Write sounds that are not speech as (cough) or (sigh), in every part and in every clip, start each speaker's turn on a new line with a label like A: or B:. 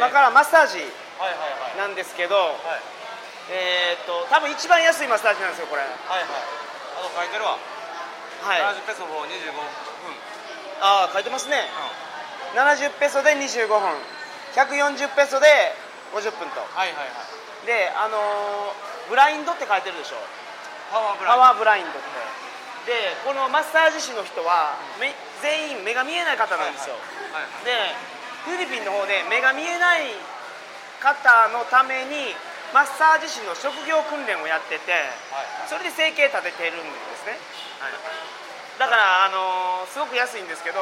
A: マッサージ
B: はいはいはいはい
A: なんですけど、
B: はい
A: えーっと多分一番安いマッサージなんですよこれは
B: はいあと書いてるわ、
A: い
B: 70ペソを25分、
A: ああ書いてますね70ペソで25分140ペソで50分と
B: はいはいはい
A: であのーブラインドって書いてるでしょ
B: パワーブランド
A: パワーブラインドってでこのマッサージ師の人はめ全員目が見えない方なんですよ、
B: はいはい
A: でフィリピンの方で目が見えない方のためにマッサージ師の職業訓練をやってて
B: はいはい
A: それで生計立ててるんですね
B: はい
A: だから、あのーすごく安いんですけど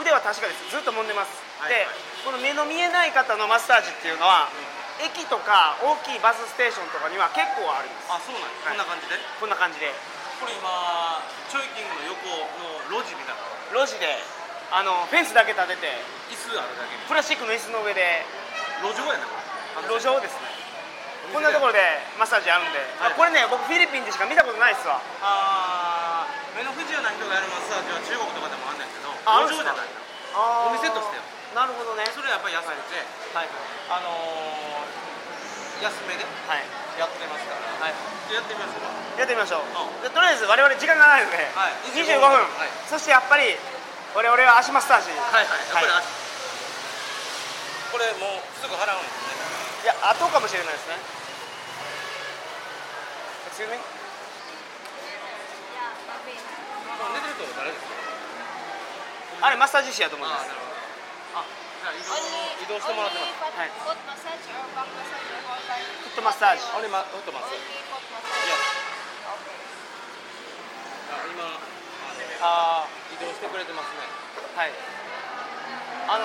A: 腕は確かにずっと揉んでます、
B: はい
A: でこの目の見えない方のマッサージっていうのは、駅とか大きいバスステーションとかには結構あるんです
B: あそうなんや、こんな感じで
A: こんな感じで
B: これ今チョイキングの横の路地みたいな
A: 路地であのフェンスだけ立てて
B: 椅子あるだけに
A: プラスチックの椅子の上で
B: 路上やねこれ
A: 路上ですねこんなところでマッサージあるんで、
B: はい
A: あこれね僕フィリピンでしか見たことないっすわ
B: あー目の不自由な人がやるマッサージは中国とかでもあんねんけど
A: ああるん
B: 路
A: す
B: 上じゃ
A: か
B: ないのお
A: お
B: 店としてよ
A: なるほどね
B: それはやっぱり安くて、
A: はい
B: あのー、安めで
A: はい、
B: やってますから、
A: はい
B: やってみましょうか
A: やってみましょう、
B: う
A: でとりあえず我々時間がないので、
B: はい
A: 25分、
B: はい
A: そしてやっぱり我々は足マッサージ
B: はい
A: い
B: はい、やっぱり足これもうすぐ払うんですね
A: いや後かもしれないですね Excuse me?
B: もう寝てると誰ですか
A: あれマッサージ師やと思います
B: るほどあじゃあ移動移動
C: Only,
B: してもらってます
C: only foot,
A: Hi.
C: foot massage or back massage or all kind?
A: フットマッサージ
B: あれまフットマッサージ
C: Only foot
B: い
C: massage.
B: や
C: Okay.
B: あ今あ
A: あ
B: 移動してくれてますね
A: あはいあ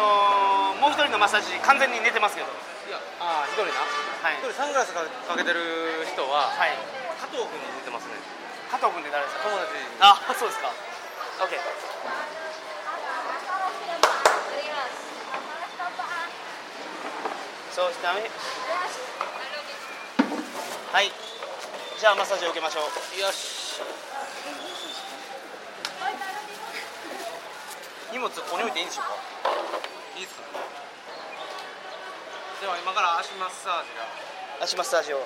A: のー、もう一人のマッサージ師完全に寝てますけど
B: いやあ一人な
A: はい
B: 一人サングラスかかけてる人は
A: はい
B: 加藤君に似てますね
A: 加藤君って誰ですか
B: 友達
A: あそうですか OK そうしてダメはいじゃあマッサージを受けましょう
B: よし
A: 荷物ここに置いていいんでしょうか
B: いいっすかでは今から足マッサージが
A: 足マッサージを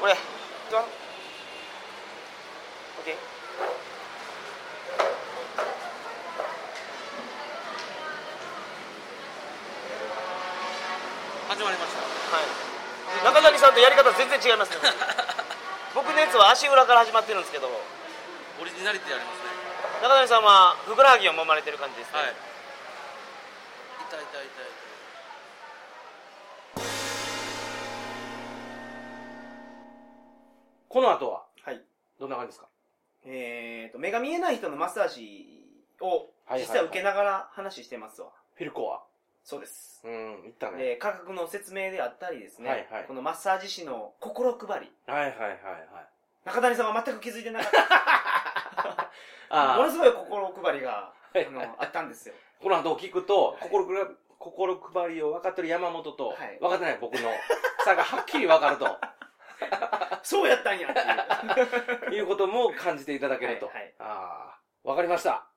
A: これどう OK
B: 始まりました
A: はい中崎さんとやり方全然違いますね
D: (laughs)
A: 僕のやつは足裏から始まってるんですけど
B: オリジナリティありますね
A: 中崎さんはふくらはぎを揉まれてる感じですね、
B: はい痛い痛い痛い痛い
D: この後は、
A: はい
D: どんな感じですか
A: えーと目が見えない人のマッサージを
D: はいはいはい
A: 実際受けながら話してますわ、
D: フィルコア。
A: そうです、
D: うん、いったね。
A: で価格の説明であったりですね、
D: はいはい
A: このマッサージ師の心配り
D: はいはいはいはい。
A: 中谷さんは全く気づいてなかった
D: (laughs)
A: もの
D: ああ、
A: すごい心配りが
D: はい
A: あのあったんですよ
D: この後を聞くと、
A: い
D: 心くら、心配りを分かってる山本と、
A: はい
D: 分かってない僕の差がはっきり分かる
A: そうやったんやっていう
D: ということも感じていただけると。
A: はいはい
D: ああ、分かりました。